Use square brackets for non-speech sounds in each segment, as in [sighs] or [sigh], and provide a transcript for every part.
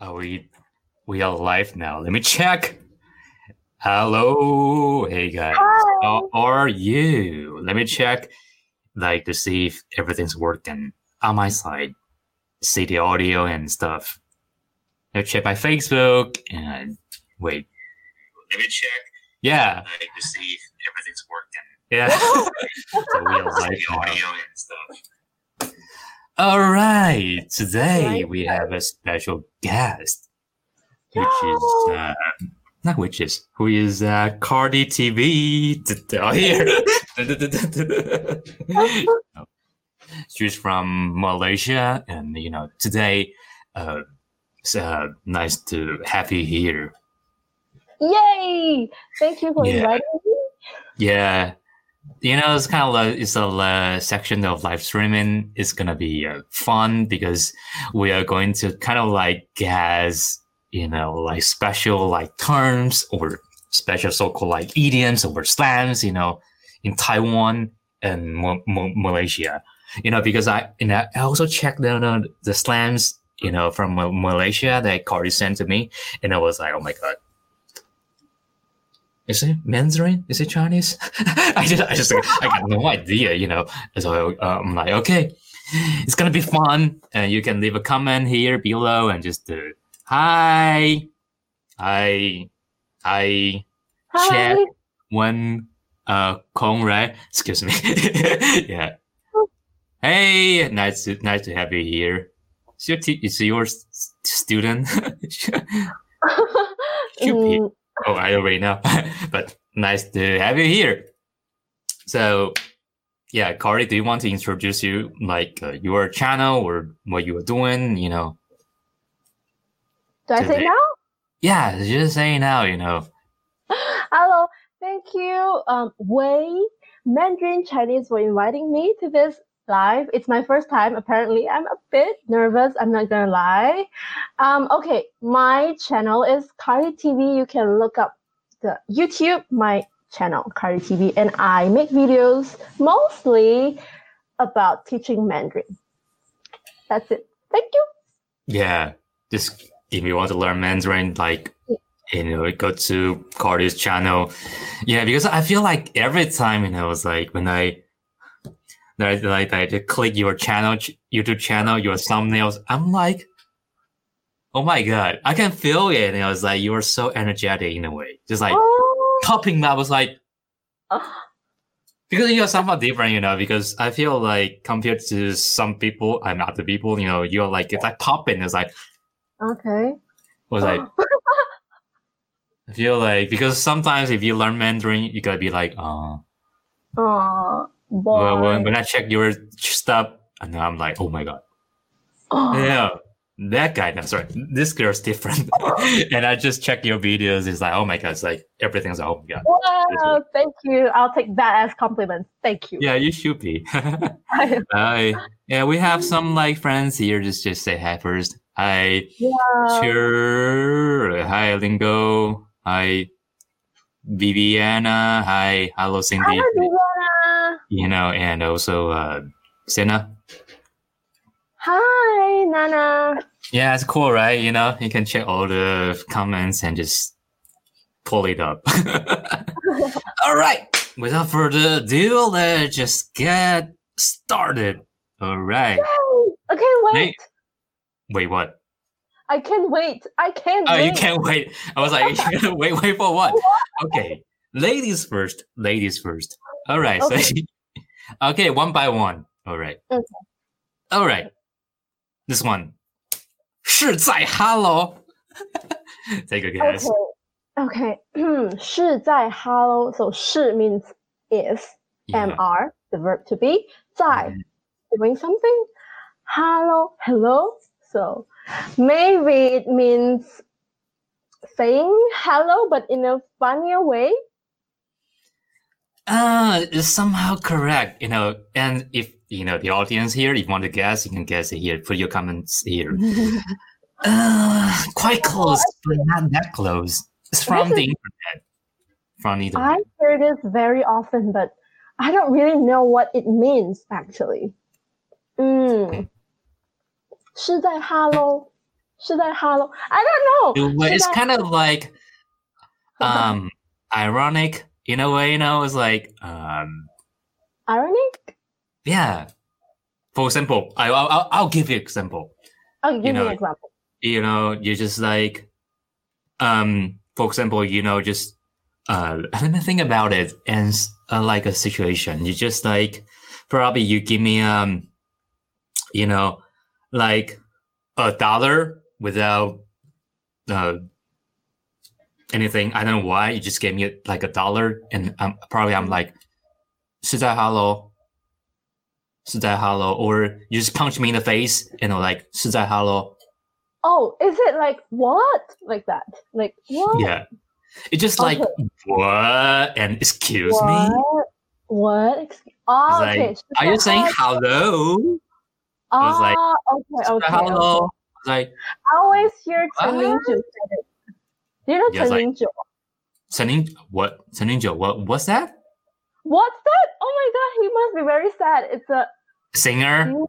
Are Oh, we we are live now? Let me check. Hello, hey guys, Hi. how are you? Let me check, like to see if everything's working on my side. See the audio and stuff. Let me check my Facebook and wait. Let me check. Yeah. Like to see if everything's working. Yeah. [laughs] So we are live now. All right, today Right. we have a special guest, which is uh, not which is who is uh, Cardi [laughs] TV t- oh, here. She's from Malaysia, and you know today, uh, it's uh, nice to have you here. [laughs] Yay! Thank you for Yeah. inviting me. Yeah, you know it's kind of like it's a uh, section of live streaming. It's gonna be uh, fun because we are going to kind of like guess, you know, like special like terms or special so-called like idioms or slams, you know, in Taiwan and Mo- Mo- Malaysia. You know, because I and I also checked the the, the slams, you know, from Ma- Malaysia that Cardi sent to me, and I was like, oh my god. Is it Mandarin? Is it Chinese? [laughs] I just, I just, I got no idea, you know. So uh, I'm like, okay, it's gonna be fun, and you can leave a comment here below and just do hi, I, I Hi. Chat. [laughs] one uh Kong, right? Excuse me. [laughs] yeah. Hey, nice, to, nice to have you here. Is your, t- is your s- s- student? [laughs] Cupid. Mm, Oh, I already know. [laughs] but nice to have you here. So, yeah, Corey, do you want to introduce you, like uh, your channel or what you are doing? You know, do I say Today. now? yeah, just saying now. You know, [laughs] Hello. Thank you, um, Wei, Mandarin Chinese, for inviting me to this live. It's my first time. Apparently, I'm a bit nervous. I'm not gonna lie. Um, okay, my channel is Cardi TV. You can look up the YouTube my channel Cardi TV, and I make videos mostly about teaching Mandarin. That's it. Thank you. yeah, just if you want to learn Mandarin, like you know, go to Corey's channel. Yeah, because I feel like every time you know, it's like when I. Like, like I just click your channel, YouTube channel, your thumbnails. I'm like, Oh my god, I can feel it. And I was like, you are so energetic in a way. Just like Oh. popping up. I was like, because you're somewhat different, you know, because I feel like compared to some people and other people, you know, you're like, it's like popping. It's like, Okay. I was like, I feel like, because sometimes if you learn Mandarin, you gotta be like, oh, Oh, boy. well, when, when I check your stuff, and then I'm like, oh my god. yeah that guy no sorry this girl's [laughs] different and i just check your videos it's like oh my god it's like everything's oh my god Wow, thank you. I'll take that as compliments. Thank you. yeah you should be [laughs] hi yeah we have some like friends here just just say hi first hi [laughs] Um, sure hi lingo hi viviana hi hello Hi, cindy Viviana. you know and also uh Senna. Hi, Nana. Yeah, it's cool, right? You know, you can check all the comments and just pull it up. [laughs] all right. Without further ado, let's just get started. All right. Yay. I can't wait. Hey. Wait, what? I can't wait. I can't Oh, wait. you can't wait. I was like, [laughs] you gotta wait, wait for what? Okay. Ladies first. Ladies first. All right. So, Okay. [laughs] okay, one by one. All right. Okay. All right. This one. 是在 hello. [laughs] Take a guess. Okay. [clears throat] Okay. 是在 hello. So 是 means is. Yeah. Mm-hmm. Mr. The verb to be. 在 doing something. Hello. Hello. So maybe it means saying hello, but in a funnier way. Uh, it's somehow correct, you know. And if you know the audience here, if you want to guess, you can guess it here. Put your comments here. Uh, quite close, but not that close. It's from the internet. From the I internet. hear this very often, but I don't really know what it means Hmm. actually. 嗯，是在 Hello 是在 Hello. I don't know. It- well, it's that- kind of like um ironic in a way, you know, it's like um Irony? yeah. For example, I, I'll, I'll- I'll give you example. Oh, give me know, an example. You know, you just like, um, for example, you know, just uh, [laughs] let me think about it and uh, like a situation. You just like probably you give me um, you know, like a dollar without uh anything. I don't know why you just gave me like a dollar, and um, probably I'm like, "是在 hello." 是在 hello, or you just punch me in the face and I'm like 是在 hello. Oh, is it like what? Like that? Like what? Yeah. It's just like what and excuse what? me. What? Excuse- Oh, It's okay. like, Are you saying hello? I was like, oh, okay, okay. hello. okay. It's like I always hear What? Chen Lingzhu say it. Do you know Yeah, it's Chen like- Lingzhu? Senin what Seninjo, what what's that? What's that? Oh my god, he must be very sad. It's a Singer? Mm.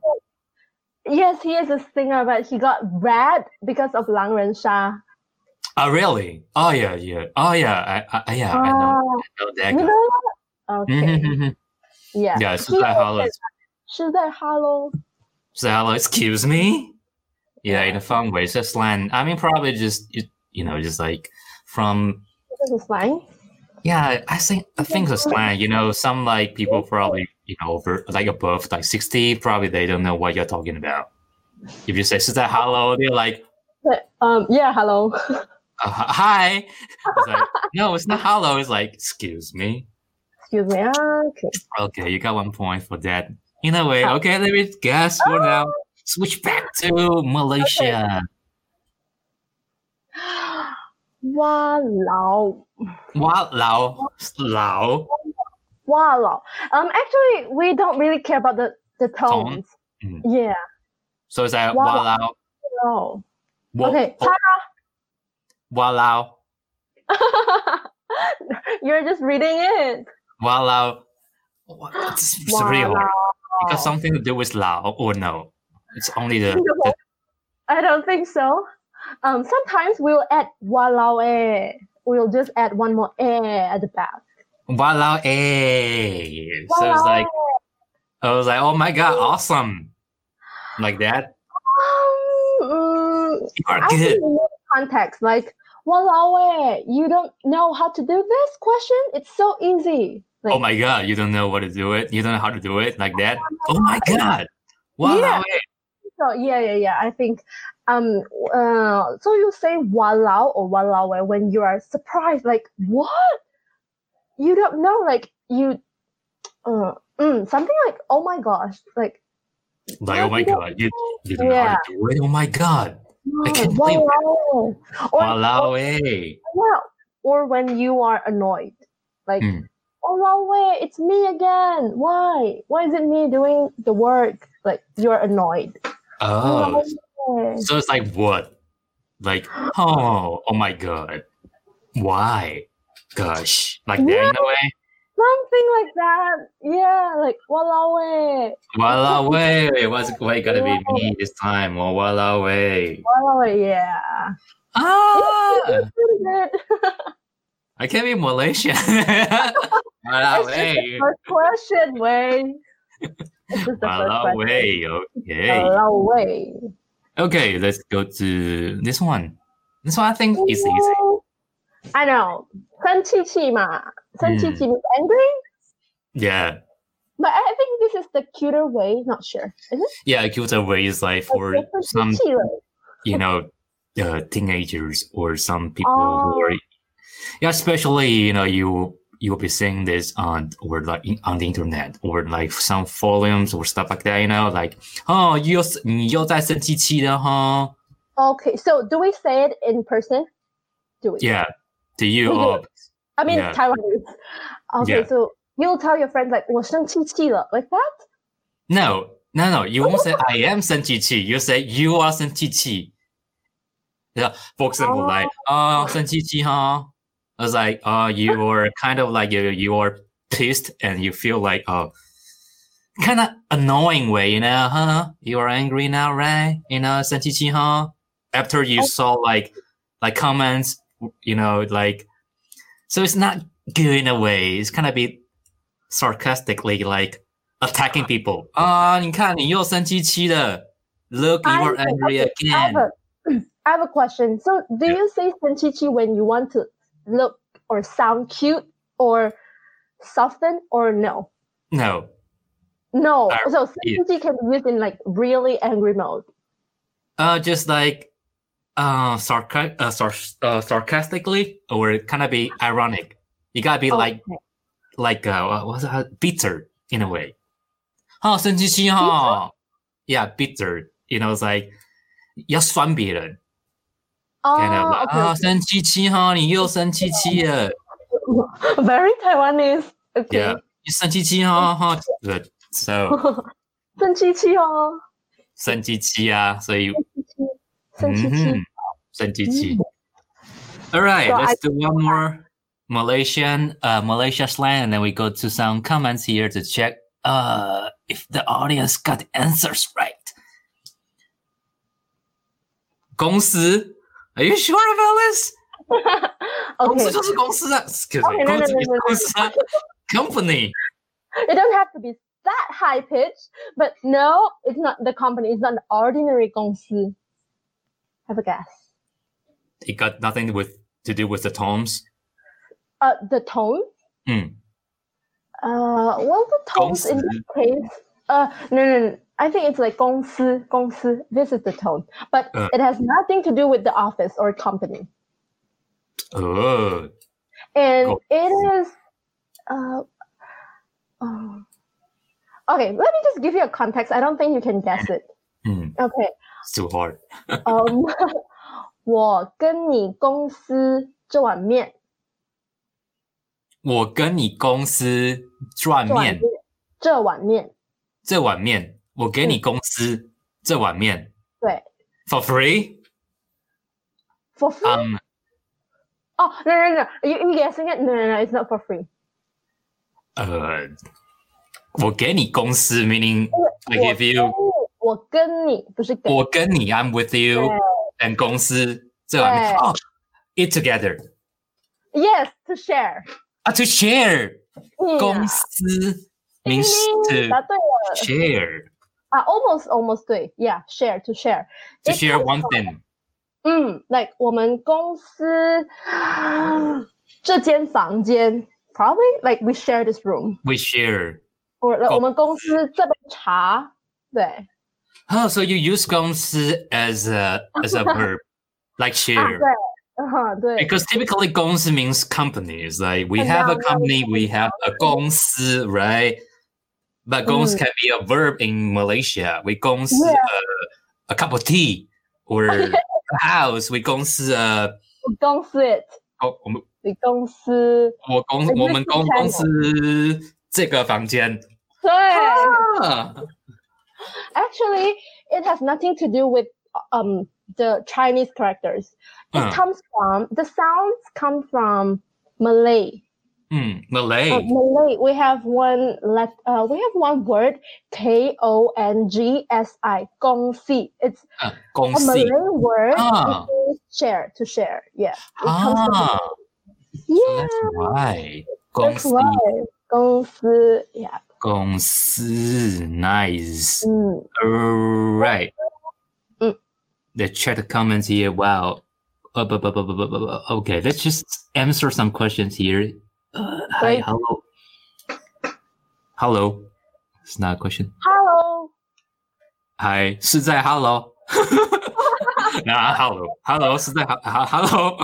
Yes, he is a singer, but he got red because of Lang Ren Sha. Oh really? Oh yeah, yeah. Oh yeah. I, I yeah, I know, Ah, I know that you guy. know what? [laughs] Okay. Mhm. Yeah. yeah, it's uh, He like always hello. says that. 是在Hello. So hello, excuse me. Yeah, in a fun way. It's just slang. I mean probably just you, you know, just like from This is slang. Yeah, I think I think it's slang. You know, some like people probably you know over like above like sixty, probably they don't know what you're talking about. If you say "是在 hello," they're like But, um, yeah, hello. [laughs] uh, h- "hi." It's like no, it's not hello. It's like excuse me. Excuse me. Ah, Okay. Okay, you got one point for that. In a way, okay. Let me guess for now. Switch back to Malaysia. [gasps] Walao. Wow, lao, lao. Walao. Um, actually, we don't really care about the, the tones. Mm. Yeah. So it's like Wow. wow, lao. No. Wo- okay. wo- Wow, lao. [laughs] You're just reading it. Wow, lao. What- It's it's really hard. Walao. It Oh. got something to do with Lao or no? It's only [laughs] the, No. the- I don't think so. Um, sometimes we'll add walao eh. We'll just add one more eh at the back. Wow Lao eh. So it's like I was like, oh my god, awesome. Like that. Walao. Um, mm, You are I [laughs] think good. you need context like walao eh. You don't know how to do this question? It's so easy. Like, Oh my god, you don't know what to do it. You don't know how to do it like [laughs] that. Oh my god. Wow Lao eh. so yeah, yeah, yeah. I think. Um. Uh. So you say walao or walao eh when you are surprised, like what? You don't know, like you. Uh, mm, something like oh my gosh, like Like, oh my god, you, you don't know how to do it. Oh my god. [laughs] I Oh, can't wow. believe Or, Wow Lao eh. or, wow. or when you are annoyed, like, Mm. oh no way, it's me again. Why? Why is it me doing the work? Like you're annoyed. Oh. Wow. So it's like what? Like, oh, oh my god. Why? Gosh. Like that in a way. Something like that. Yeah, like walao Voila way, what's why gotta be me this time? Well, voila way. way. Yeah. Ah, Pretty good. I can't be Malaysian. [laughs] voila It's just way, the first question, way. It's just the first voila question. way. Okay, Walao way. okay. Let's go to this one. This one I think is easy. Hmm. I know. 生气气嘛，生气气 means angry, Yeah, but I think this is the cuter way. Not sure. Is it? yeah. Cuter way is like for Like, that's some 生气了。 you know uh, teenagers or some people who are yeah especially you know you you'll be seeing this on or like in, on the internet or like some forums or stuff like that you know like oh you're 你又在生气气了哈 Okay, so do we say it in person? Do we? yeah to you We do. oh I mean yeah. Taiwanese. Okay, Yeah. so you'll tell your friends like 我生气气了 like that. no no no you won't say I am 生气气 you say you are 生气气 yeah for example Oh. like oh 生气气哈 I was like oh you are kind of like you you are pissed and you feel like oh kind of annoying way you know huh you are angry now right you know 生气气哈 after you saw like like comments, you know, like so it's not good in a way. It's kind of be sarcastically like attacking people. Ah, 你看你又生气气了。Look, you are I- angry okay, I again. have a, [clears throat] I have a question. So, do Yeah. you say senchichi when you want to look or sound cute or soften or no? No, No. Uh, so, yeah. senchichi can be used in like really angry mode. uh, just like uh, sarca- uh, sar- uh sarcastically or kind of be ironic. You gotta Oh. be like Okay. like uh, what was that? bitter in a way. Ah, Oh, 生气气哈 Yeah, bitter. You know, it's like 要酸别人 oh, kind of like okay, 啊，生气气哈，你又生气气了。 okay. [laughs] very Taiwanese. Okay. [laughs] Yeah, 你生气气哈哈。Good. So 生气气哦，生气气啊，所以生气气。生气气。All right, So let's do one more Malaysian uh, Malaysia slang, and then we go to some comments here to check uh, if the audience got the answers right. 公司 Are you sure about this? [laughs] Okay, 公司就是公司啊 Excuse me, Okay, no, no, no, 公司 is no, no, no. 公司啊 Company. it don't have to be that high pitched, but no, it's not the company. It's not the ordinary 公司. Have a guess. It got nothing with to do with the tones. Uh, the tone. Mm. Uh, well, the tones in this case. Uh, no, no, no. I think it's like 公司,公司. This is the tone, but Uh. it has nothing to do with the office or company. Oh, and Go. it is uh, um, okay let me just give you a context i don't think you can guess it mm, okay it's too hard. [laughs] um 我跟你公司这碗面我跟你公司赚面。这碗面这碗面，我给你公司这碗面对 for free。 for free Um, oh no no no Are you, you guessing it no no no it's not for free 呃，uh, 我给你公司，meaning 我 I give you，我跟你不是给我跟你，I'm with you，and 公司这碗面对哦，eat together yes to share 啊，to share 公 yeah. 司 means to 答对了啊 share almost almost 对 yeah share to share to It share comes one from- thing。嗯，like 我们公司 [sighs] 这间房间，probably like we share this room， We share. 或者公我们公司这杯茶，对 Oh, so you use 公司 as a as [laughs] a verb, like 啊 share. 对，啊对 Because typically 公司 means companies. Like we And have now a we have company, we have a 公司, right? But 公司 Mm. can be a verb in Malaysia. We 公司 Yeah. uh, a cup of tea [laughs] or a house. We 公司 uh, oh, um, 公司 it，哦我们你公司我公 Like 我们 this 公 channel. 公司这个房间。对啊，actually it has nothing to do with um the Chinese characters. It 嗯 comes from the sounds come from Malay. 嗯 Uh, hmm, ，Malay Malay, we have one let. Uh, we have one word, K O N G S I, Gong Si. It's 啊，公 a 司 oh, Malay word. Ah. It means share to share. Yeah. It comes from- 啊 so yeah. ，That's why 公 That's 司 right. Gong Si. Yeah. 公司 nice。 Mm. All right. Mm. Let's check the comments here. Wow. Uh, bu- bu- bu- bu- bu- bu- bu- Okay, let's just answer some questions here. Uh, hi, Great. hello. Hello. It's not a question. Hello. [laughs] Hi, 是在 hello. [laughs] nah, hello. Hello, 是在 hello.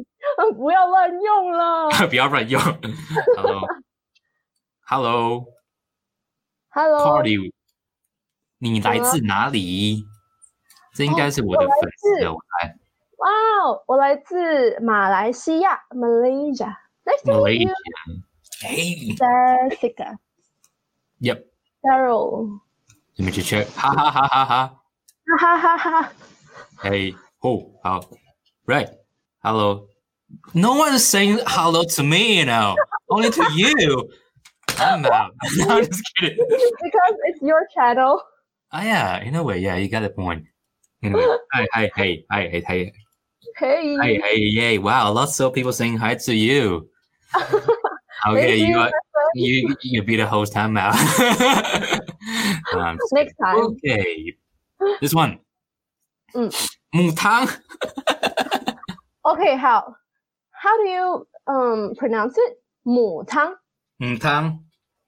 [laughs] 不要乱用了。不要乱用。Hello. Hello, Hello. Carly. 你来自哪里？这应该是我的粉丝，我来自 Wow. 我来自马来西亚 Malaysia. Nice to meet Malaysia. you, Hey. Jessica. Yep. Carol. Let me just check. Ha ha ha ha ha. Ha ha ha [laughs] ha. Hey. Oh. How? Right. Hello. No one is saying hello to me, you know. [laughs] Only to you. [laughs] I'm out. [laughs] No, I'm just kidding. [laughs] because it's your channel. Oh yeah. In a way, yeah. You got the point. [laughs] Anyway, hi, hi, hey, hi, hey, hey, Hey. hey, hey, yay! Wow, lots of people saying hi to [laughs] you. Okay, Thank you got Lester. you you beat the host time out. [laughs] Um, Next time. okay, this one. Mm. 母汤 Okay, how? How do you um pronounce it? Mu tang. 母汤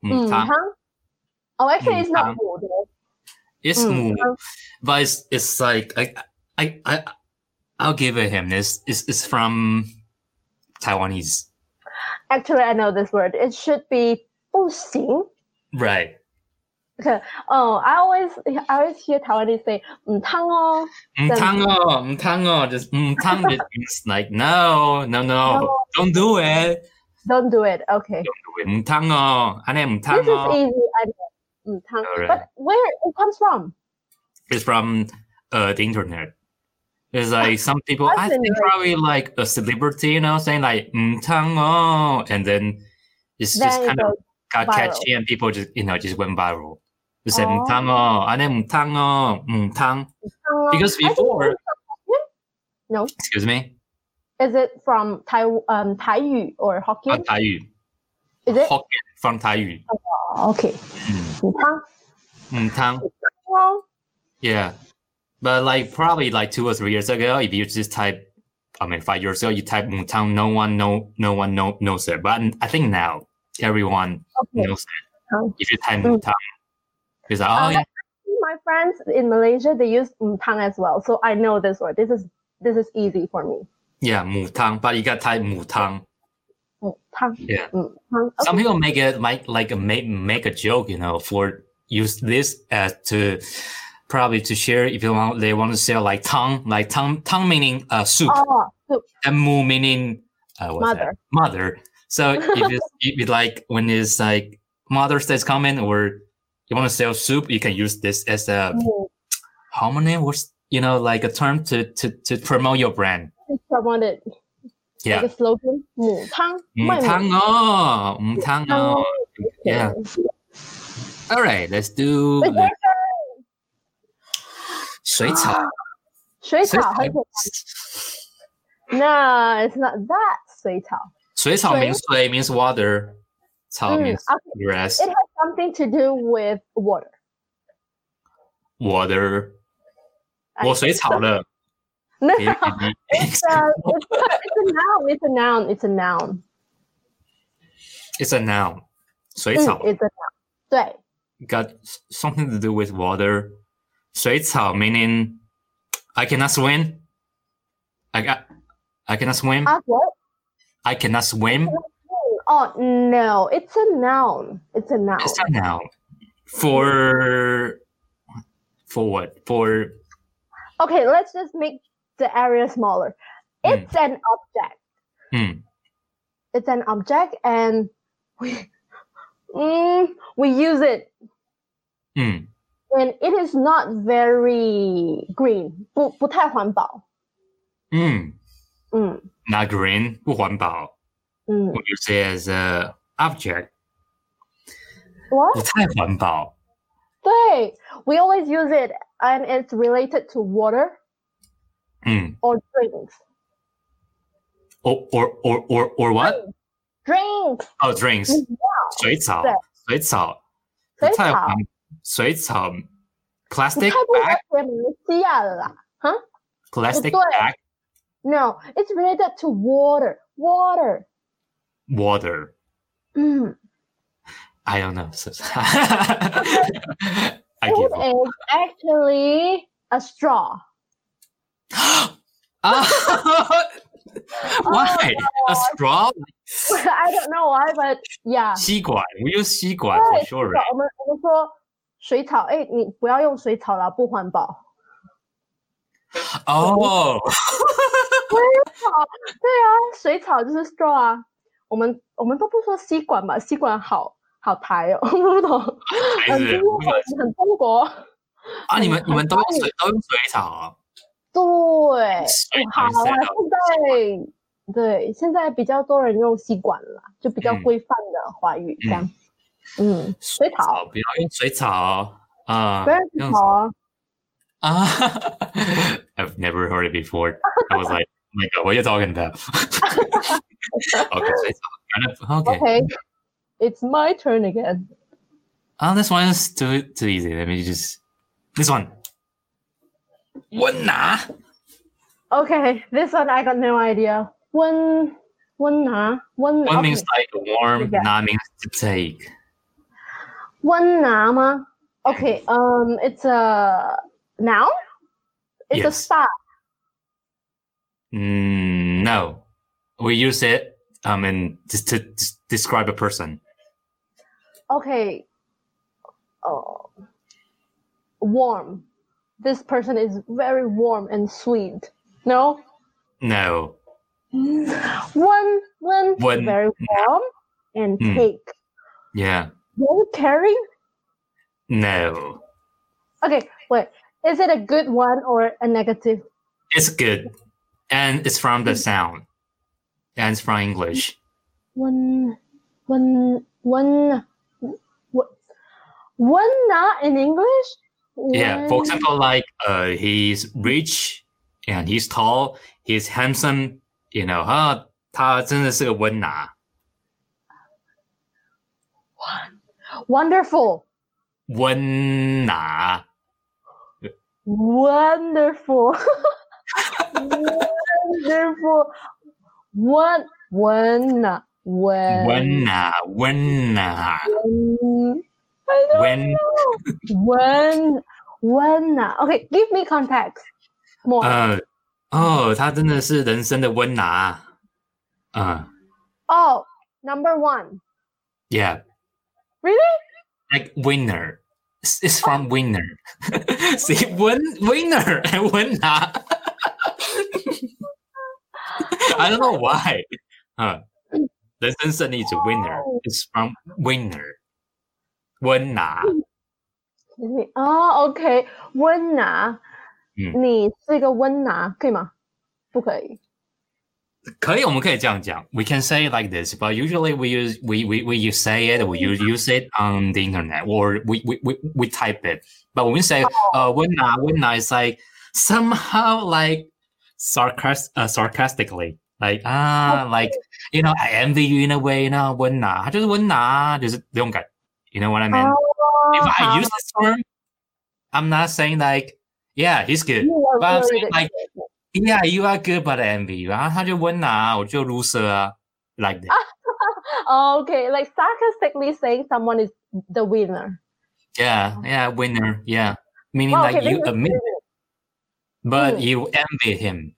Mm. Oh, actually, it's not Mm. 母汤。 mu. though. It's 嗯，母, but it's it's like I I I I'll give it him. This is it's from Taiwanese, Actually, I know this word. It should be 不行. right? Oh, I always I always hear Taiwanese say 嗯汤哦. Mtang oh, mtang oh, just mtang just means like no, no, no, don't do it. Don't do it. Okay. Mtang oh, and then mtang This is oh easy. I know. 嗯汤. Alright. But where it comes from? is from uh the internet. It's like some people, I've I been think like- probably like a celebrity, you know, saying like mtang oh, and then it's just Then it kind of goes, got viral. catchy and people just you know just went viral. They said Oh. mtang oh, and then mtang oh, mtang. 汤哦. Because I think before, No. excuse me, Is it from Tai um Taiyu or from Hokkien? Ah, Taiyu, Is it? Hokkien from Taiyu, Oh, okay. Mm, 嗯汤. mtang. Well, Yeah. But like probably like two or three years ago, if you just type, I mean, five years ago, you type Mutang, no one, no, no one, no, knows it. But I think now everyone okay. knows it. Oh. If you type Mm. Mutang, it's like, Uh, oh, yeah, My friends in Malaysia they use mm, tang as well, so I know this word. This is this is easy for me. yeah, Mutang. But you got to type Mutang. Mm, Tang. Mm, Yeah. tang. Some people make it like like a make make a joke, you know, for use this as to probably to share if you want they want to sell like tongue, like tongue tongue meaning uh soup. Oh, soup. and mu meaning uh, what's Mother. That? mother. So if [laughs] it's if it like when it's like Mother's Day's coming or you want to sell soup, you can use this as a Mm. homonym or s- you know like a term to to, to promote your brand. It's promoted. Yeah. Like a slogan. Mu tang. Mm, tang oh, mm, tang oh. Yeah. All right, let's [laughs] do Wait, the 水草.水草很 No, it's not that 水草.水草水- means 水 means water. 草 Mm, means okay. grass. It has something to do with water. Water. I- 我水草了. No, Can you it's, give me- [laughs] a, it's, a, it's a noun. It's a noun. It's a noun. It's a noun. 水草 Mm, it's a noun. got s- something to do with water. 水草 meaning I cannot swim. I got I cannot swim. 对. Uh, what? I cannot swim. Oh no, it's a noun. It's a noun. It's a noun. For for what? For Okay, let's just make the area smaller. Mm. It's an object. Mm. It's an object, and we mm, we use it, mm, and it is not very green. 不-不太环保。 mm, 嗯， not green, 不环保.嗯。 We use it as a object. Hmm. What? 不太环保.对 we always use it, and it's related to water Mm. or drinks. Or, or or or or what? Drinks. Oh, drinks. 水草，对。水草，水草。不太环-水草，plastic bag, 你太不了解马来西亚了啦。 plastic 不对。 bag, No, it's related to water. Water. water. 嗯 I don't know. So- [laughs] I give [laughs] up. it is actually a straw. [laughs] Ah, Why a straw? I don't know why, but yeah. 吸管 We use 吸管对 for sure. 对 right? 我们我们说水草，哎，你不要用水草啦，不环保。 Oh, 对啊，水草就是 straw 啊。我们我们都不说吸管吧，吸管好好台哦， [laughs] 我不懂。很中国，很中国。Ah, 啊，你们-很-你们都用水-都用水草啊？对，好水草-啊，水草。现在对现在比较多人用吸管了啦，就比较嗯规范的华语这样。嗯，水草，水嗯草，不要用水草啊，不要用草啊， Ah, [laughs] I've never heard it before. I was like, oh my god, what are you talking about? [laughs] okay, so it's kind of- okay. Okay, it's my turn again. Oh, this one is too too easy. Let me just this one. What nah? Okay, [laughs] this one I got no idea. One, one na, one One okay. means like warm, Yeah. nah means to take. one na ma. Okay, um, it's a noun. It's a Yes. spa. Mm, no, we use it um and just to, to describe a person. Okay. Oh, warm. This person is very warm and sweet. No, No, one, one, One. very warm and Hmm. take. yeah, Very caring. no. Okay, wait. Is it a good one or a negative? It's good, and it's from the sound, and it's from English. One, one, one, one, one not in English? Yeah, for One- example, like uh, he's rich and he's tall, he's handsome. You know, "Ah, 他他真的是个温拿，wonderful Wonderful. Wonderful. [laughs] wonderful. One, one, not one. 温拿温拿温拿。Yes, One. I don't When- know. One, one, not. Okay, give me context. More. Uh, oh, 呃，哦，他真的是人生的温拿。嗯、uh,，Yeah， oh, number one. Really? like winner. It's, it's from winner. [laughs] See, win winner and winner. [laughs] I don't know why. Huh. The sentence needs a winner. It's from winner. Winner. Excuse me. Oh, okay. 温拿，嗯。你是一个温拿，可以吗？不可以。可以，我们可以这样讲。We can say it like this, but usually we use we we we you say it, we use use it on the internet, or we we we, we type it. But when we say uh when I when I it's like somehow like sarcast uh, sarcastically. Like ah, like you know, I envy you in a way. You know, when I just when I just don't get. You know what I mean? Oh, if I use this term, I'm not saying like yeah, he's good. but I'm saying like Yeah, you are good, but I envy you. 然后他就温拿，我就 loser 啊，like Ah. that. Oh, Okay, like sarcastically saying someone is the winner. Yeah, yeah, winner. Yeah, meaning Wow, like okay, you this is admit, it, but 嗯 you envy him.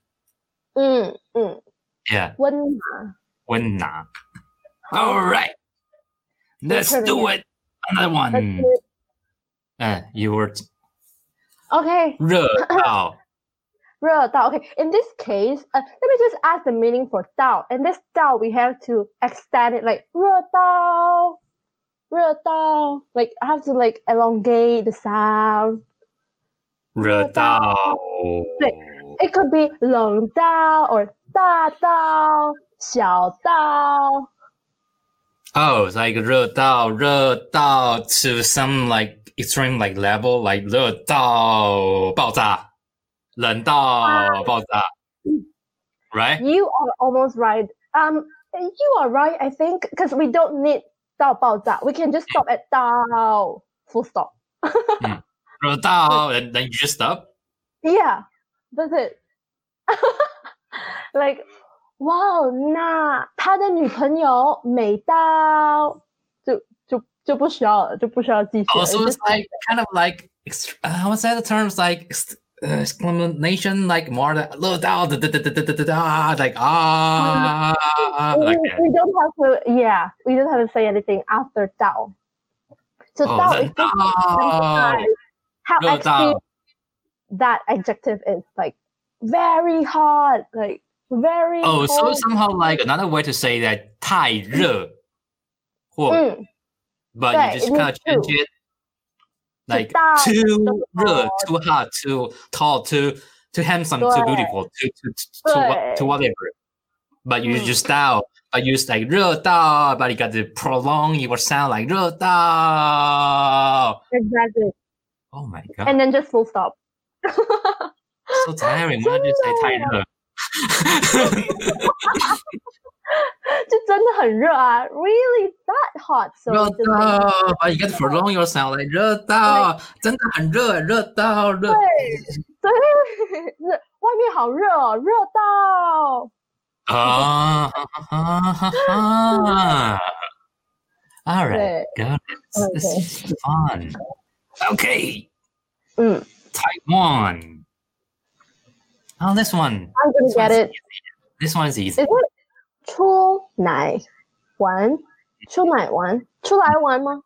good. Mm, 嗯嗯， Yeah, 温拿。温拿。All right, let's turn do again. it. Another That's one. good. 嗯，you were Okay. 热到 Real Dao. Okay, in this case, uh, let me just ask the meaning for Dao. And this Dao, we have to extend it like Real Dao, Real Dao. Like, I have to like elongate the sound. 热到。对 It could be Long Dao or Da Dao, Xiao Dao. 哦，it's like 热到热到 to some like extreme like level like 热到爆炸，冷到爆炸，right？ You are almost right. Um, You are right, I think, because we don't need Dao Bao Da. We can just stop at Dao, full stop. 热到，then then you just stop。 Yeah, that's it. [laughs] like, wow, 那他的女朋友美到就就就不需要就不需要继续了 Also, It's Oh, it's like kind of like ext- uh, what's that the terms like ext- uh, exclamation like more than 热到的的的的的的的，like 啊 just- we, like that。 we don't have to, yeah, we don't have to say anything after 到。So 哦，到 is 冷 just Oh. emphasize 到 how 热 active 到 that adjective is, like very hot, like very Oh, so cold. somehow like another way to say that 太热，或、嗯 but you Right, just it kind means of change too. it like dark, too too 热, hot. too hot, too tall, too too handsome, too 对。 beautiful, too too too, too, what- too whatever. But you 嗯。 just style, but you use like 热到, but you got to prolong your sound like 热到. exactly. Oh my god! And then just full stop. [laughs] So tiring，我要去晒太热。就真的很热啊，really that hot？So 热就是 [laughs] 到，but you get prolong yourself，like 热到，真的很热，热到热。热，外面好热哦，热到啊哈哈哈哈！All right, 对， got it. This is fun. Okay, 嗯 Taiwan. Oh, this one. ，I'm gonna This get one's it. This one's easy. Is it 出奶玩？出奶玩？出来玩吗？Oh.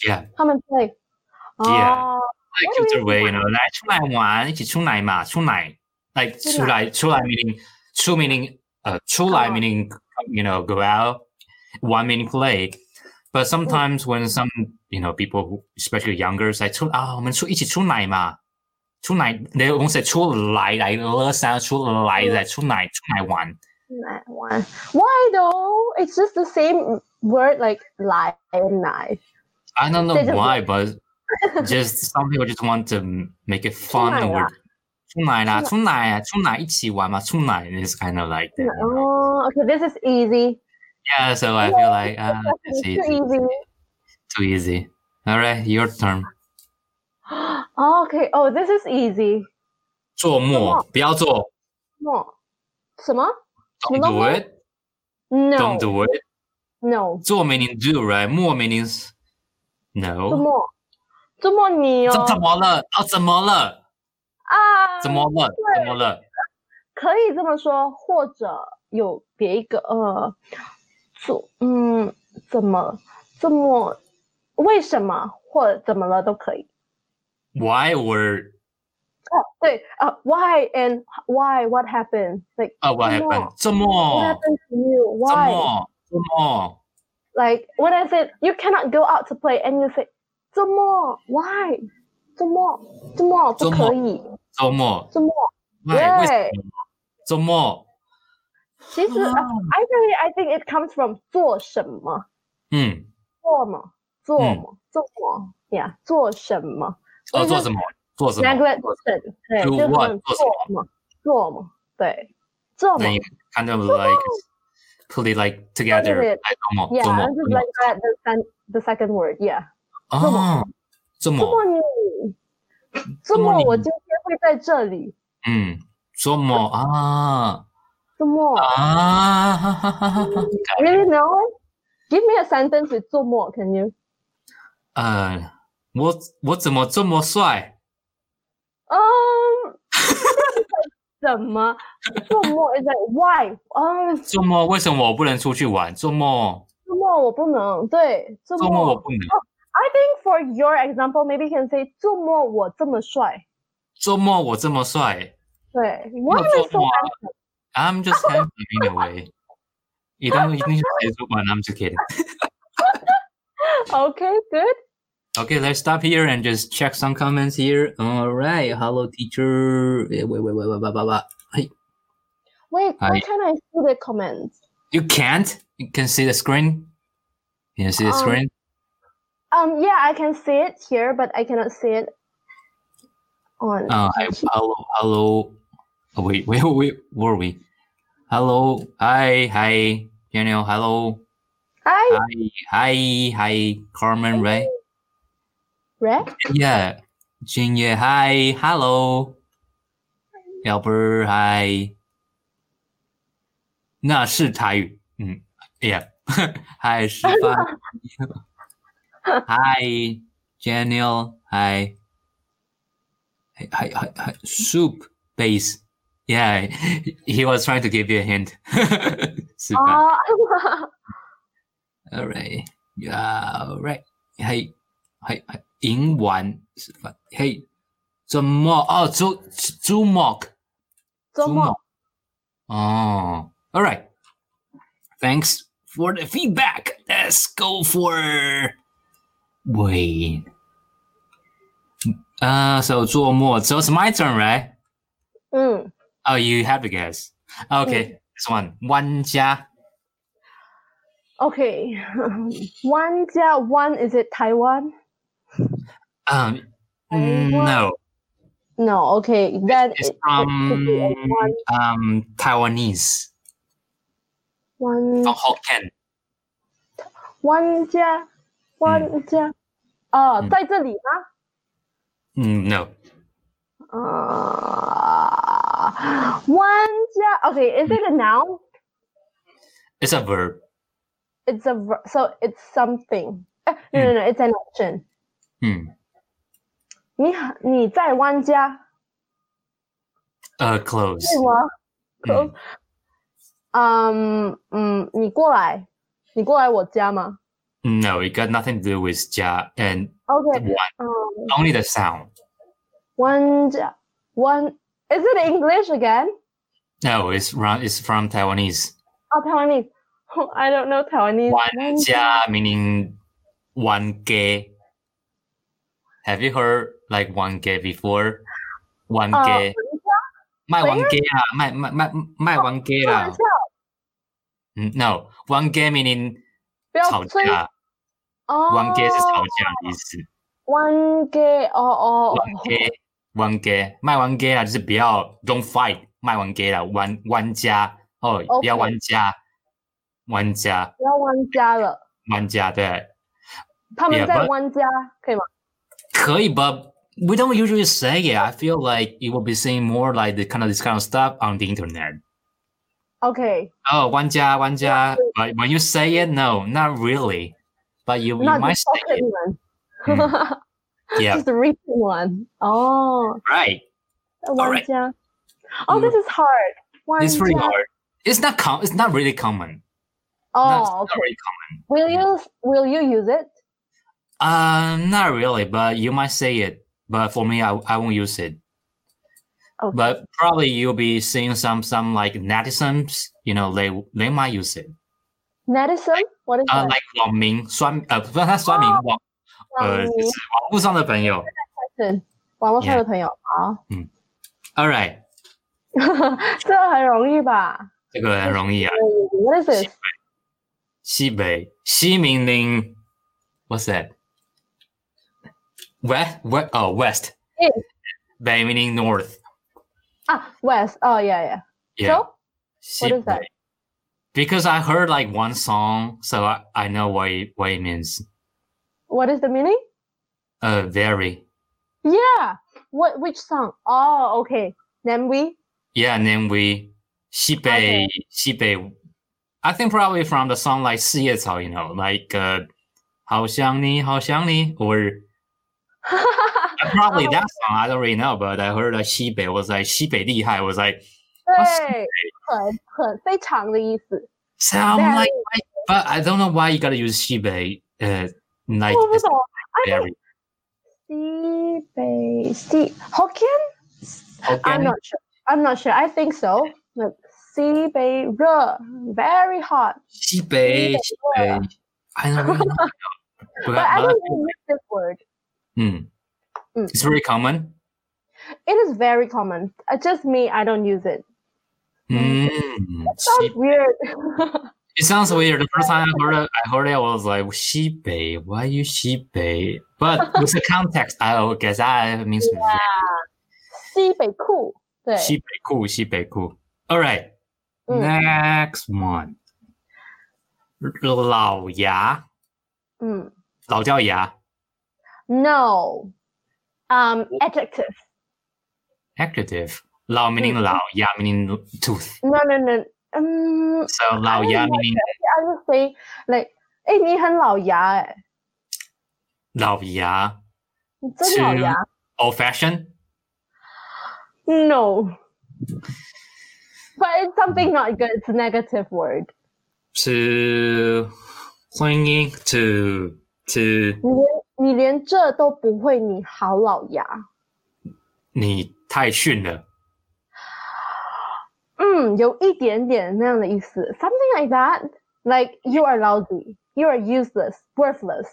Yeah. 他们 play。 Yeah. 哦， like What do Twitter you way, you want? know, 来出来玩，一起出来嘛，出来 like 出出来。来出来 meaning 出 meaning 呃出来 Oh. meaning you know go out, one meaning play. But sometimes when some you know people, who- especially younger, say 出啊，我们出一起出来嘛，出来 they won't say 出来 like the sound 出来 Mm. like 出来出来玩。出奶玩？Why though? It's just the same word like 来 and 奶。 I don't know They just- why, [laughs] but just some people just want to make it fun and we're 出来啦，出来啊，出来一起玩嘛，出来 is kind of like that. you know. Oh, okay. This is easy. Yeah, so I feel like uh, [laughs] it's It's too easy. easy. [gasps] Too easy. All right, your turn. Oh, okay. Oh, this is easy. 做做梦，不要做。 What? 什么 Don't 什么 do 梦 it. ？No. Don't do it. No. 做 meaning do right. 莫 meanings 周 no. 末，周末你哦怎怎么了？哦，怎么了？啊？怎么了？怎么了？Ah, 可以这么说，或者有别一个呃，做嗯，怎么这么为什么或者怎么了都可以。 Why were 哦，对啊、w h y and why what happened like 啊？What oh, 怎么 happened？怎么？what happened to you 怎 why 么？怎么？ like when I said you cannot go out to play and you say 怎么 why 怎么怎么不周末可以周末？怎么 Why？为什么？周末？其实、啊 actually I think it comes from 做什么。嗯，做么做嗯么做么呀？做什么？哦，就是做什么？做什么？那个对对， Do 就是 what？问做什么做么做么对做么 then you kind of like put it like together. it. Like, 周末， yeah 周末， just like that the second the second word yeah 哦，周末，周末你周周末末你我今天会在这里嗯，周末，啊，周末啊，哈哈哈哈哈。 really no give me a sentence with 周末 can you 呃，我-我怎么这么帅？ um 怎么周末 is like why 嗯、周末为什么我不能出去玩？周末，周末我不能对周末周末我不能。 I think for your example, maybe you can say 周末我这么帅。 [laughs] 周末我这么帅。对，Why am I so 周末啊。 handsome? I'm just handsome in a way. You don't you need to say one. I'm just kidding. Okay, good. Okay, let's stop here and just check some comments here. All right, hello teacher. Eh, Wait, wait, wait, wait, wait, wait, wait. Wait, I- why can't I see the comments? You can't. You can see the screen. Can you see the Um, screen? Um, yeah, I can see it here, but I cannot see it on. Uh, hi, hello, hello. Oh, wait, where, where were we? Hello, hi, hi, Daniel. Hello, I hi, hi, hi, Carmen, right? read. Yeah, Jingye, hi, hello, Albert, hi. 那是台语，嗯，Yeah，嗨，示范 [laughs] ，Hi Daniel，Hi。hi, hi, hi, soup base. Yeah, [laughs] he- he was trying to give you a hint. [laughs] Soup base. Ah, all right. Yeah, all right. Hey, hey, hey, 赢完 Hey, Oh, 周末哦，周-周-周末，周末周末。哦，all right. Oh. Thanks for the feedback. Let's go for. Wait. Uh, so 周末. So it's my turn, right? 嗯 Oh, you have to guess. Okay, this one. 玩家 Okay, one 加 one is it Taiwan? Um, Taiwan. no. No, okay. Then It's it, it could be a from one, um, Taiwanese, one, from Hokkien. one 家，one 家。哦，嗯在这里吗？ Mm, No, 啊、one 家。Okay, is it a noun? it's a verb. It's a ver- so it's something. 哎，no 嗯 no no, it's an action. Mm. 你好你在 one 家 Uh, close. 对吗？ Mm. [laughs] 嗯嗯，你过来，你过来我家吗 No, it got nothing to do with ja and ？Okay, one. um, Only the sound. one 家 one. Is it English again? No, it's from, it's from Taiwanese. Oh, Taiwanese. [laughs] I don't know Taiwanese. One ja meaning one gay. Have you heard like one gay before? One Uh, gay. My where? one gay my my my my one gay 开玩笑， No, one gay meaning 不要吵吹架。哦。 one gay 是吵架 Oh. 的意思。 One gay，哦哦，哦 one gay one gay 卖完 gay 啦，就是不要 don't fight 卖完 gay 啦，玩玩家哦， OK 不要玩家，玩家不要弯家了，玩家对，他们 Yeah, 在 but- 弯家，可以吗？可以 but we don't usually say it. I feel like it will be saying more like the kind of this kind of stuff on the internet. Okay. Oh, 玩家玩家，but when you say it, no, not really. But you, you 那 might 就是 say it. 你们， [laughs] Yeah, just the recent one. 哦， [laughs] right. 玩 Alright. 家。Oh, this is hard. 玩 It's pretty 家。 hard. It's not com. It's not really common. Not- it's not Oh, okay. really Will you will you use it? Uh, not really, but you might say it. But for me, I, I won't use it. Okay. But probably you'll be seeing some some like netizens. You know, they they might use it. Netizen? What is Uh, that? like 网民酸呃不 [laughs] 是他酸民网呃 Oh, 就是网络上的朋友。 Netizen，网络上的朋友。好， All right， [laughs] 这很容易吧？这个很容易啊。 What is this? 西北西明令，What's that? West west oh west East. 北 meaning north 啊，West. Oh yeah, yeah. yeah So What is that? Sibai. Because I heard like one song, so I, I know what it, what it means. what is the meaning? Uh, very. Yeah. What which song? Oh, okay. Then we [laughs] Yeah, and then we Xibei, Okay. Xibei. I think probably from the song like 四叶草, you know, like uh, 好想你,好想你, or [laughs] uh, probably Oh. that song. I don't really know, but I heard like 西北 was like 西北厉害 was like 对，很很非常的意思。 sound Very. like, like, but I don't know why you gotta use 西北 uh, like 我不 it's 懂，哎， very. 西北西 Hokkien? I'm Okay. not sure. I'm not sure. I think so. Like 西北热 very hot. 西北热西北 I don't really know. [laughs] But I don't really use this word. Mm. Mm. It's very common. It is very common. Uh, just me, I don't use it. Mm. Mm. Sounds weird. [laughs] It sounds weird. The first time I heard it, I heard it, I was like, "Xibei, why you Xibei?" [laughs] But with the context, I will guess I means 西北酷，对， Xibei-ku, Xibei-ku. All right, 嗯 next one. 老牙，嗯老掉牙。mm. ，no, um, adjective. Adjective. 老 meaning Hmm. 老，牙 meaning tooth. No, no, no. Um, So 老牙 meaning I would say like, 哎，你很老牙哎，老牙。你真老牙。 Old fashioned. No. But it's something not good. It's a negative word. to clinging to to 你连你连这都不会，你好老牙。你太逊了，嗯，有一点点那样的意思，something like that. Like you are lousy, you are useless, worthless.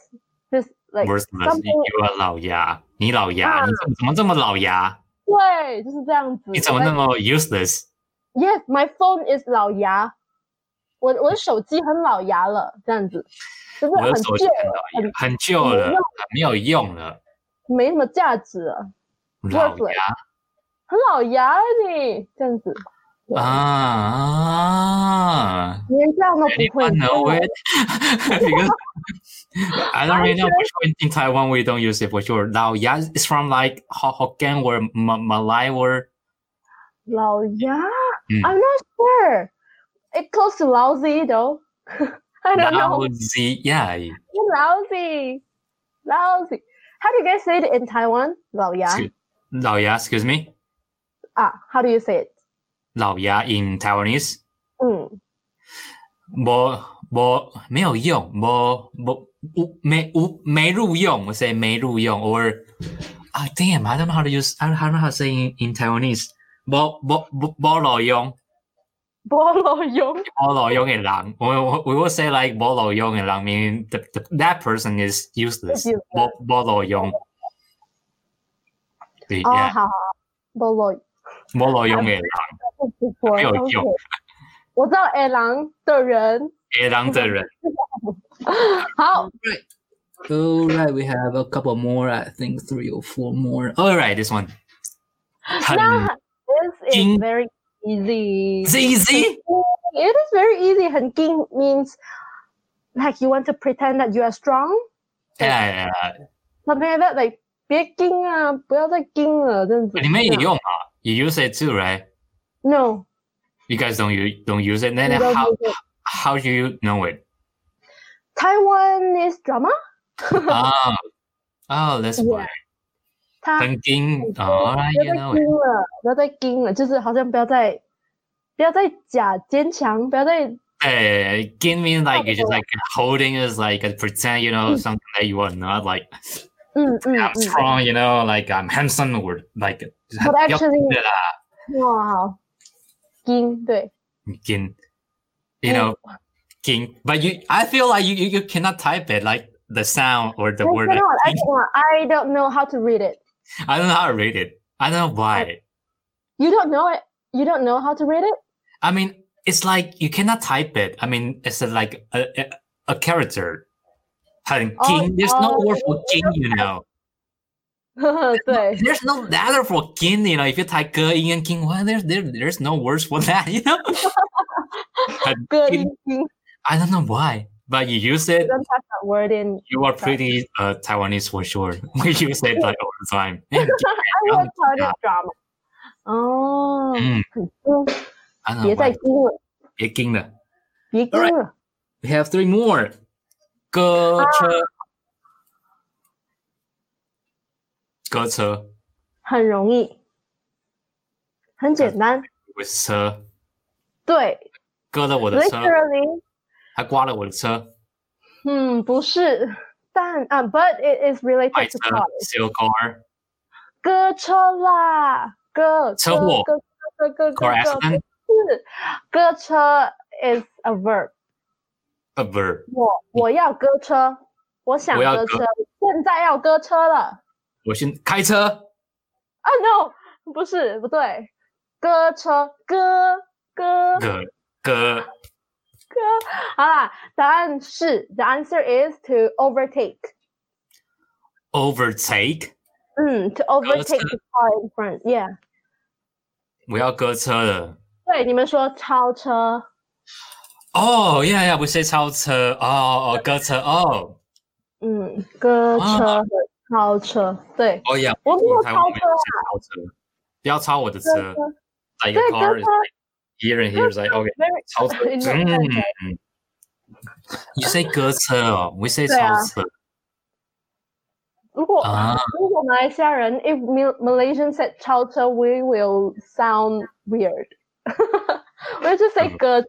Just like worthless. something. You are 老牙，你老牙，啊你怎么怎么这么老牙？对，就是这样子。你怎么那么 useless？ like, Yes, my phone is 老牙。我我的手机很老牙了，这样子，就嗯是我很的手机旧了，很老牙，很旧了，没用很没有用了，没什么价值了。啊老牙 Worthless 很老牙你这样子，啊啊连这样都不会 Anyone。know 真的 it? [laughs] [laughs] because I don't really know. For sure, in, in Taiwan, we don't use it for sure. Now, yeah, it's from like Ho- Hokkien or Ma- Malay or 老牙 Mm. I'm not sure. It close to lousy though. [laughs] I don't [laughs] know. Laozi. Yeah, Lousy, lousy. How do you guys say it in Taiwan? 老牙 Excuse- Lao Ya, excuse me. 啊？How Ah, do you say it? Hmm. Lao Ya in Taiwanese. [laughs] 嗯， Bo, bo, 没有用, bo, bo, 无-没-无-没入用, we say 没入用, or, ah, damn, I don't know how to use, I don't, I don't know how to say in, in Taiwanese. Bo, bo, bo, 没路用,菠萝油。没路用的人. We, we- we will say like 没路用的人, meaning the, the, that person is useless. Useless. 没-没路用.对,哦， yeah, 好好，菠萝油没路用的人。不错，没有都是用。 [laughs] 我知道 A 狼的人。 [laughs] 别人的人.好， All right, we have a couple more. I think three or four more. All right, this one. 很那 this is 金 very easy. it's easy. It is very easy. 很 king means like you want to pretend that you are strong, Yeah, something like that. Like uh, 别 king 啊，不要再 king 了，这样子。你们也用啊？You use it too, right? No. You guys don't use don't use it. Then we don't how use it. how do you know it? Taiwanese drama? Ah, oh, that's Yeah. why. 他很惊哦不，you 要再 know it. 盯了，不要再盯了，uh, 就是好像不要再不要再假坚强，不要再 Uh, give me like it's just like holding is like a pretend, you know, something that you are not like 嗯嗯 I'm 嗯， strong, you know, like I'm handsome or like But actually- 要对啦哇，好盯对， Gin, you know, Gin. But you, I feel like you, you, you cannot type it like the sound or the I word. cannot, I cannot, I don't know how to read it. I don't know how to read it. I don't know why. You don't know it. You don't know how to read it. I mean, it's like you cannot type it. I mean, it's like a a, a character. Having Oh, Gin, there's no oh, word for Gin, you know. 对 There's no letter for Gin, you know. If you type Ge and King, well, there's there, there's no words for [laughs] that, you know. 各听音听 I don't know why, but you use it. don't have that word in. You are pretty uh, Taiwanese for sure. [laughs] We use it like all the time. Yeah, I don't watch Chinese have- drama. 哦，嗯很精， I don't know 别 why. 再盯了，别惊了。别盯 Alright. 了。 We have three more. 歌车，歌车，很容易，很简单。我的车对割了我的车， ，literally，还刮了我的车，嗯，不是，但啊、b u t it is 卖 related 车 to car， ，steal car 割车啦，割车祸割割割割 car 割， accident 是割车 is a verb。 a verb。我我要割车，我想我要割割车，现在要割车了。我先开车，啊，no，不是，不对，割车，割割割。割割好啦，答案是 the answer is to overtake。 overtake，嗯，to overtake the car in front。Yeah，我要割车了。对，你们说超车，哦，呀呀，不是超车，哦哦，割车，哦嗯，割啊车和超车，对，哦呀，我没有台湾超没有车啊，超车，不要超我的割车车。 Like a 对， car 割 is 车 here and here is like okay。 very 超车， in that sense 嗯，You say 歌车哦，We say 对啊超车如果啊如果马来西亚人，if Mal- Malaysian said 超车，we will sound weird。we just say 嗯割车，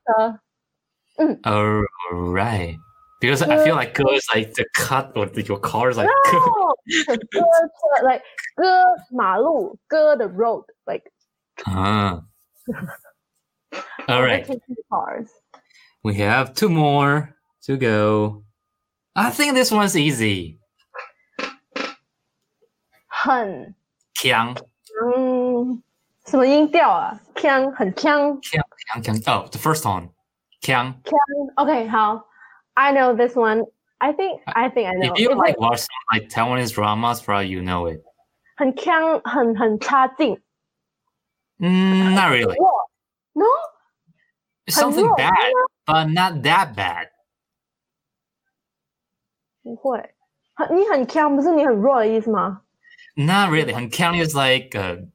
，All right. Because I feel like 歌 is like the cut or the, your car [laughs] is like 歌哦，割车，like 割马路，割 the road like [laughs] 啊。All right, overtaking cars。 we have two more to go. I think this one's easy. 很强嗯，什么音调啊？腔很腔。强强哦，the Oh, first one，强。 Okay, 好，I know this one. I think I think I know. If you It's like watch some like Taiwanese dramas, probably you know it. 很腔，很很差劲。 Mm, not really. What? No? It's something Hello? bad, but not that bad. 不会。很你很强，不是你很弱的意思吗？ Not really. Hankoun is like, uh,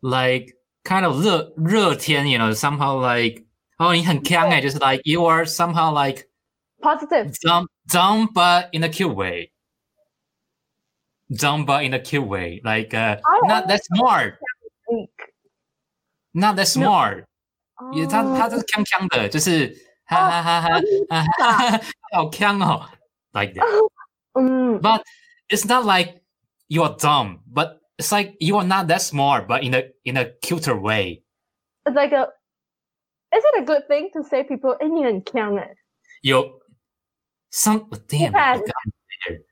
like kind of 热-热天, you know, somehow like, oh, 你很强欸, just like you are somehow like Positive. dumb, dumb, but in a cute way. Dumb, but in a cute way. Like, uh, Oh, I not that smart, Weak. not that No. smart. 哦也他他是锵锵的，就是哈哈哈哈哈哈哈，好锵哦，like that. [laughs] 嗯 But it's not like you are dumb, but it's like you are not that smart, but in a in a cuter way. it's like a. Is it a good thing to say people? 哎，你很强哎。 You some damn. I Depends. forgot later.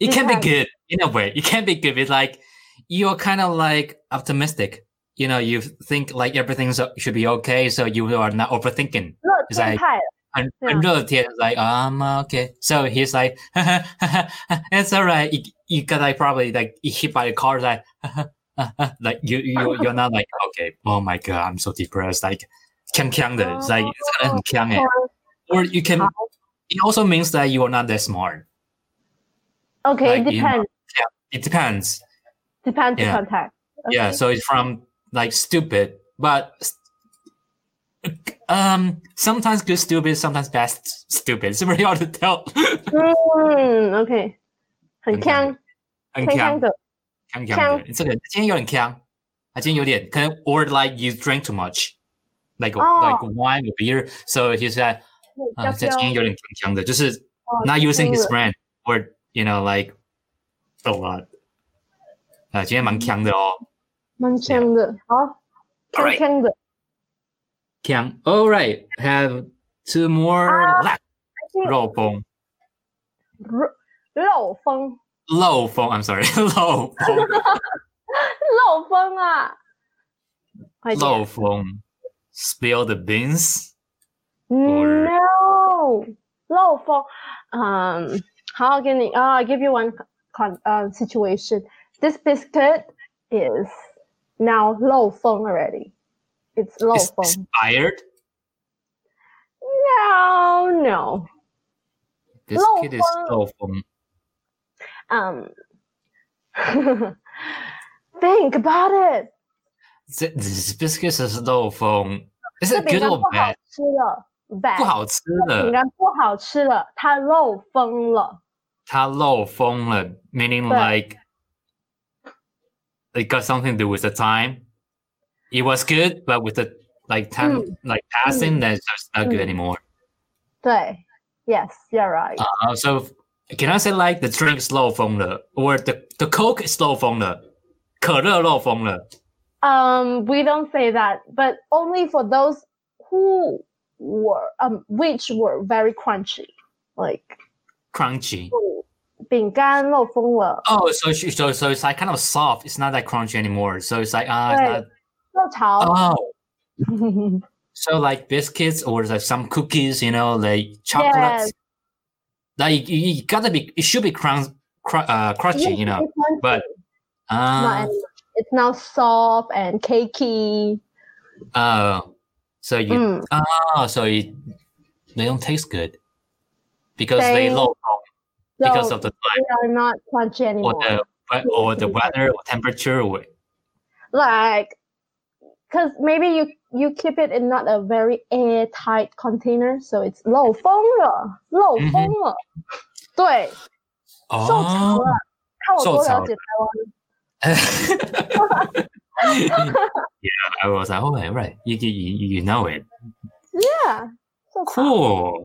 It can be Depends. good in a way. It can be good. It's like you're kind of like optimistic. You know, you think like everything should be okay, so you are not overthinking. 乐 It's like- 天派。很 Yeah. 很热天，like um okay. So he's like, [laughs] it's alright. You, you got like probably like you hit by a car, like [laughs] like you you you're not like okay. Oh my god, I'm so depressed. Like 锵锵的, it's like it's kind of 很锵欸. Or you can. It also means that you are not that smart. Okay, like, you depends. It depends. Depends the Yeah. context. Yeah. Okay. So it's from like stupid, but s- um sometimes good stupid, sometimes bad s- stupid. It's very hard to tell. [laughs] 嗯，OK，很很强，锵锵很锵。的。强强的，这个今天有点强，他今天有点可能 or like you drank too much, like、哦 like wine or beer, so he's like 啊，要他今天不有点强强的，就是要 not using his 哦 brain or you know like a lot. 啊，今天蛮强的哦，蛮强的，好，锵 Alright 锵的。强。All right, have two more left. 肉肉风，肉肉风， [laughs] 漏风，I'm sorry，漏 [laughs] 风，肉风啊！快点漏风，spill the beans。嗯 No，漏风。嗯，好，给你啊、i give you one con 呃、situation. This biscuit is now 漏风 already. It's 漏 It's 风。 expired. No, no. This 漏 kid is 风漏风。 Um, think about it. Th- This biscuit is 漏风，is 这 it 饼 good 干 or 不好 bad？吃了，bad，不好吃这饼了，干不好吃了，它漏风了。它漏风了，meaning 对 like it got something to do with the time. It was good, but with the like time 嗯 like passing, then it's just not good 嗯 anymore. 对，Yes, you're right. Uh, so can I say like the drink is 漏风了，or the the Coke is 漏风了，可乐漏风了 Um, we don't say that, but only for those who were um which were very crunchy, like ，crunchy. 饼干漏风了， Oh, so she- so so it's like kind of soft. It's not that crunchy anymore. So it's like ah, it's 对 not- 漏潮。 oh. [laughs] So like biscuits or like some cookies, you know, like chocolates. Yes. Like you, you gotta be, it should be crunch, cr- uh, crunchy, you know. It's crunchy, but- not Uh, anymore. it's now soft and cakey. oh, so you, Mm. oh, so you, they don't taste good because they, They- low because So of the time they are not crunchy or anymore. the we- or the weather or temperature. Or, like because maybe you you keep it in not a very airtight container so it's 漏风了漏 Mm-hmm. 风了对受潮 [laughs] oh, [laughs] 了啊看我多受潮了了解台 yeah, I was like, oh, right, right. You, you, you you know it. 湾 yeah 受潮 Cool.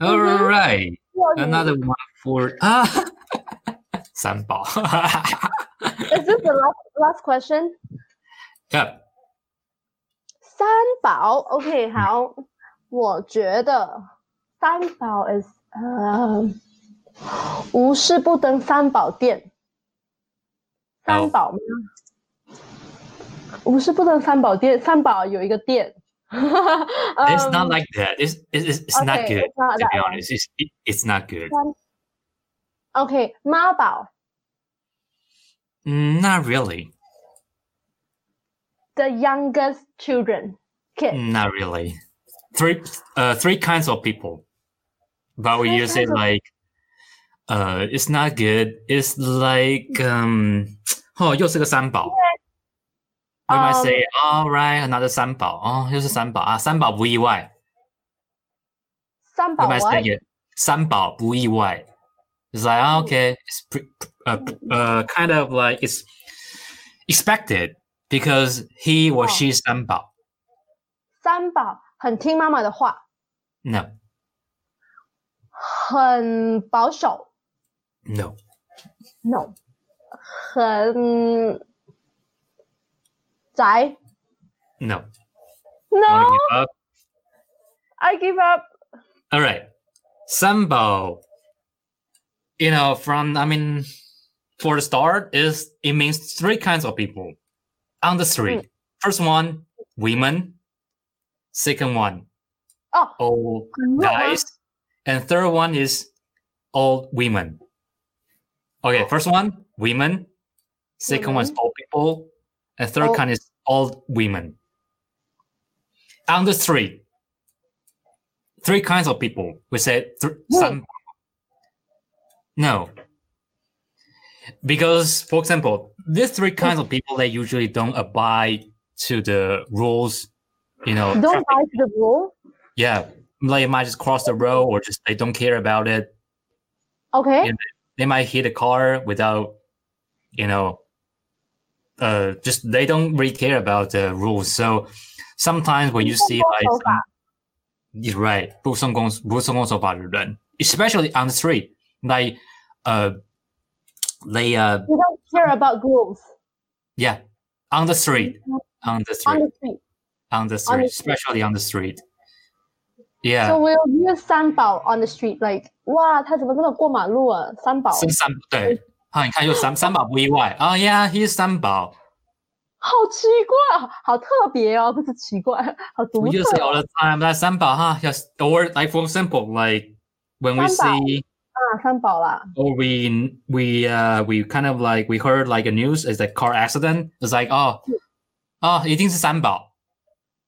All right. Mhm. 了解 Another one for [laughs] ah, [laughs] 三宝。 is this the last, last question yep. 三宝 OK 好我觉得三宝 is 呃、无事不登三宝殿好三宝吗？无事不登三宝殿，三宝有一个殿。 [laughs] 哎 It's 嗯 not like that. It's it's, it's, it's not Um, okay, good. it's not to be that one. honest, it's, it, it's not good. OK 妈宝， Mm, Not really. the youngest children? Kids. Not really. Three uh, three kinds of people. But we Three use it kinds of- like uh it's not good. It's like um oh 又是个三宝. We might Um, say, all right, another 三宝. Oh, 又是三宝啊，三宝不意外. Some We but might what? say it. 三宝不意外. It's like ah, okay, it's pre- uh, uh, kind of like it's expected because he or Oh. she is 三宝.三宝很听妈妈的话，很保守。 No, no. No，很宅。 No. Wanna No, give up? I give up. All right. Sambo. You know, from I mean, for the start is it means three kinds of people on the street. First one, women. Second one, Oh, old no, huh? guys, and third one is old women. Okay, first one, women. Second one is old people, and third Old- kind is old women. On the street, three kinds of people. We say th- Wait. some. No. Because, for example, these three kinds of people they usually don't abide to the rules, you know. don't traffic buy the rule. yeah, like they might just cross the road or just they don't care about it. Okay. Yeah. They might hit a car without, you know, uh, just they don't really care about the rules. So sometimes when you see like, some, Yeah, right, 不松公不松公守法的人 especially on the street, like, uh, they uh, You don't care about rules yeah, on the street, on the on street, the street. on the street, on the street. especially on the street. Yeah. So we'll use 三宝 on the street. Like, 哇，他怎么那么过马路啊？三宝。是三对，好，你看又 [laughs] 三三宝不意外哦 yeah，he's 三宝，we use it all 好奇怪，好特别哦，不是奇怪，好独特。 the time。那三宝哈，要 or like for example like when we 三宝 see 啊，三宝啦。 or we we uh we kind of like we heard like a news is like car accident it's like oh, 哦哦一定是三宝，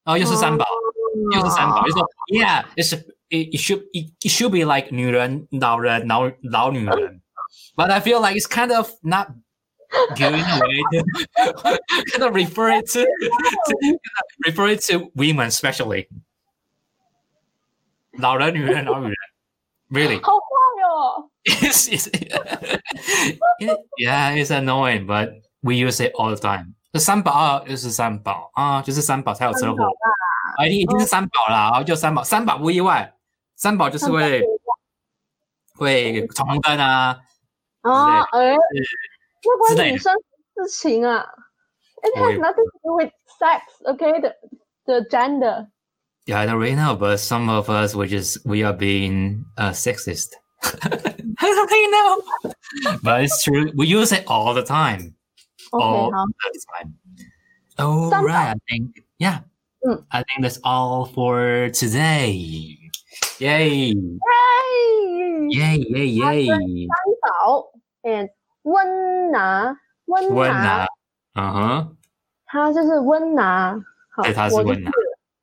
哦又是三宝又是三哦宝，就说 yeah it's it it should it, it should be like 女人老人老老女人，but I feel like it's kind of not good in a way to [laughs] kind of refer it to refer it to women especially 老人女人老女人 really [laughs] 好坏哦。 it's, it's, [laughs] it, yeah, it's annoying, but we use it all the time. Ah, 三宝二就是三宝啊，就是三宝才有车祸。啊，一定一定是三宝啦，然后就三宝，三宝不意外，三宝就是会会闯红灯啊。啊，哎，之那类关的女生事情啊，It 我 has 也 nothing to do with sex, okay? The the gender. Yeah, I don't really know, but some of us we just we are being uh, sexist. [laughs] I don't really know, but it's true. We use it all the time. OK，哦好， That's fine. All Sum right, I think yeah. Mm. I think that's all for today. Yay! 嗨， Yay! Yay! Yay! 宝 and 温拿，温 When 拿 uh，huh. 她就是温拿，好，对她是我就温拿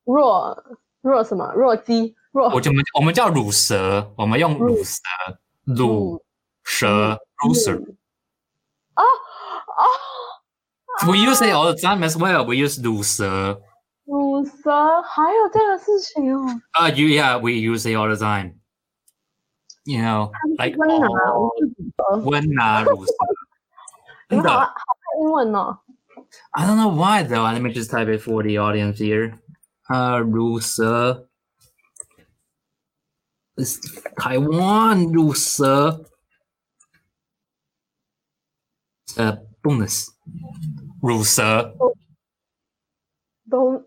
弱弱什么弱鸡弱我们我们叫乳蛇，我们用乳乳蛇、乳蛇、乳蛇。嗯哦哦， We use it all the time as well. We use 乳蛇。乳蛇还有这个事情哦， Uh, you yeah, we use it all the time. You know, 她是 like 温拿，我 all 是乳蛇，温拿乳蛇。你真好的啊，好看英文哦。 I don't know why though. Let me just type it for the audience here. Uh, Rusa. It's Taiwan Rusa. Uh, bonus. Rusa. Don't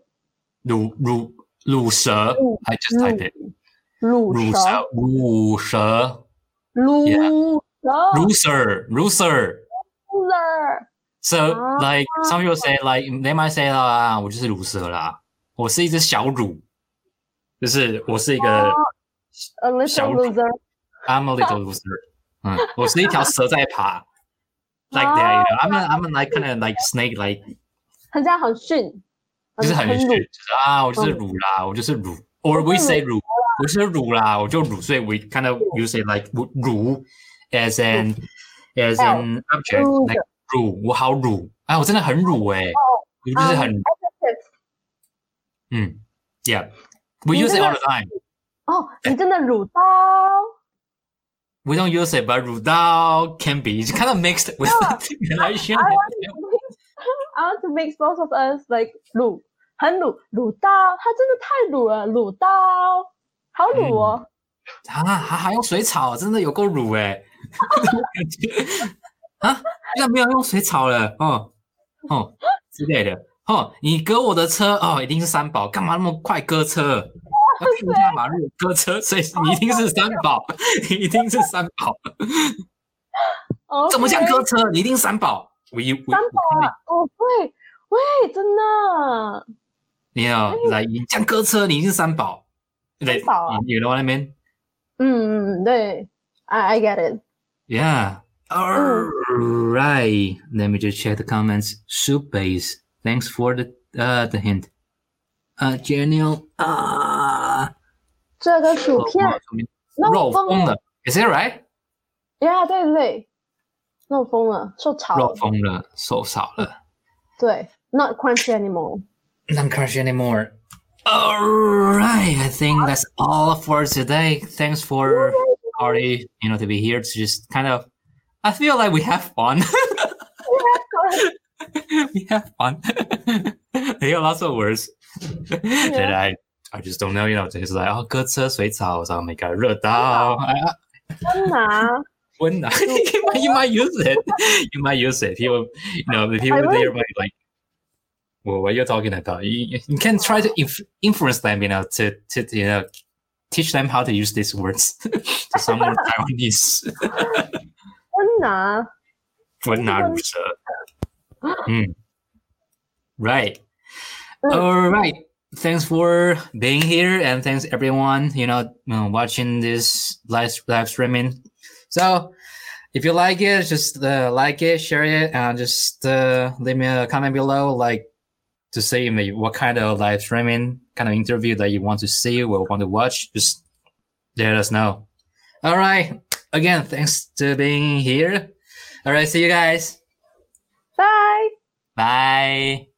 Ru Ru Rusa. I just typed it. 乳蛇 Rusa. Rusa. 乳 Yeah. 蛇 Ruser. Ruser. loser So Ah. like some people say like they might say 啦，我就是乳蛇啦，我是一只小乳，就是我是一个。 a 哦呃 little 小 loser I'm a little loser. 嗯，我是一条蛇在爬，like that. You know, I'm a, I'm a like kind of like snake like 很像很逊就是很很很鲁就是啊，我就是乳啦，我就是乳，or we say 乳，我就是乳啦，我就乳，所以 we kind of you say like 乳 as an as an object 乳 like 乳，我好乳啊，我真的很乳诶，我就是很 adjectives 嗯，yeah。We 你 use it 真的 all the time. 哦，你真的乳到 [laughs] We don't use it, but 乳到 can be. It's kind of mixed with [laughs] the relation. I want to I want to mix both of us like 卤，很卤卤到，它真的太卤了，卤到好卤哦。啊，还还用水炒，真的有够乳哎、 [laughs] 欸！啊，居然没有用水炒了，哦哦之类的，哦，你割我的车哦，一定是三宝，干嘛那么快割 [laughs] 车？要看一下马路割车，所以你一定是三 [laughs] 宝，你一定是三宝，哦，怎么像割车？你一定三宝，我一我三宝啊？哦，喂喂，真的你要来，你这样割车，你一定是三宝，对三宝啊你懂我那边嗯，嗯，对，I I get it。 Yeah. All right. Let me just check the comments. Soup base. Thanks for the uh the hint. Uh, genial. Ah. 这个薯片漏风了， Is it right? 呀，对对对，漏风了，受潮了，肉封了，受少了。Not 对，not crunchy anymore。 crush anymore. All right. I think that's all for today. Thanks for Ari, you know, to be here to just kind of. I feel like we have fun. [laughs] we have fun. [laughs] they got lots of words that I I just don't know. You know, it's like oh, 割车水草，然后每个热刀， [laughs] 真的啊，温暖。you [laughs] might you might use it. You might use it. People, you know, the people there might be like, well, what you're talking about. You, you can try to inf- influence them. You know, to to you know, teach them how to use these words [laughs] to someone Taiwanese. 真的啊，温拿如蛇。嗯，right. 嗯。 All right. Thanks for being here, and thanks everyone. You know, uh, watching this live live streaming. So, if you like it, just uh, like it, share it, and just uh, leave me a comment below, like to say maybe what kind of live streaming kind of interview that you want to see or want to watch. Just let us know. All right. Again, thanks to being here. All right. See you guys. 拜。 Bye.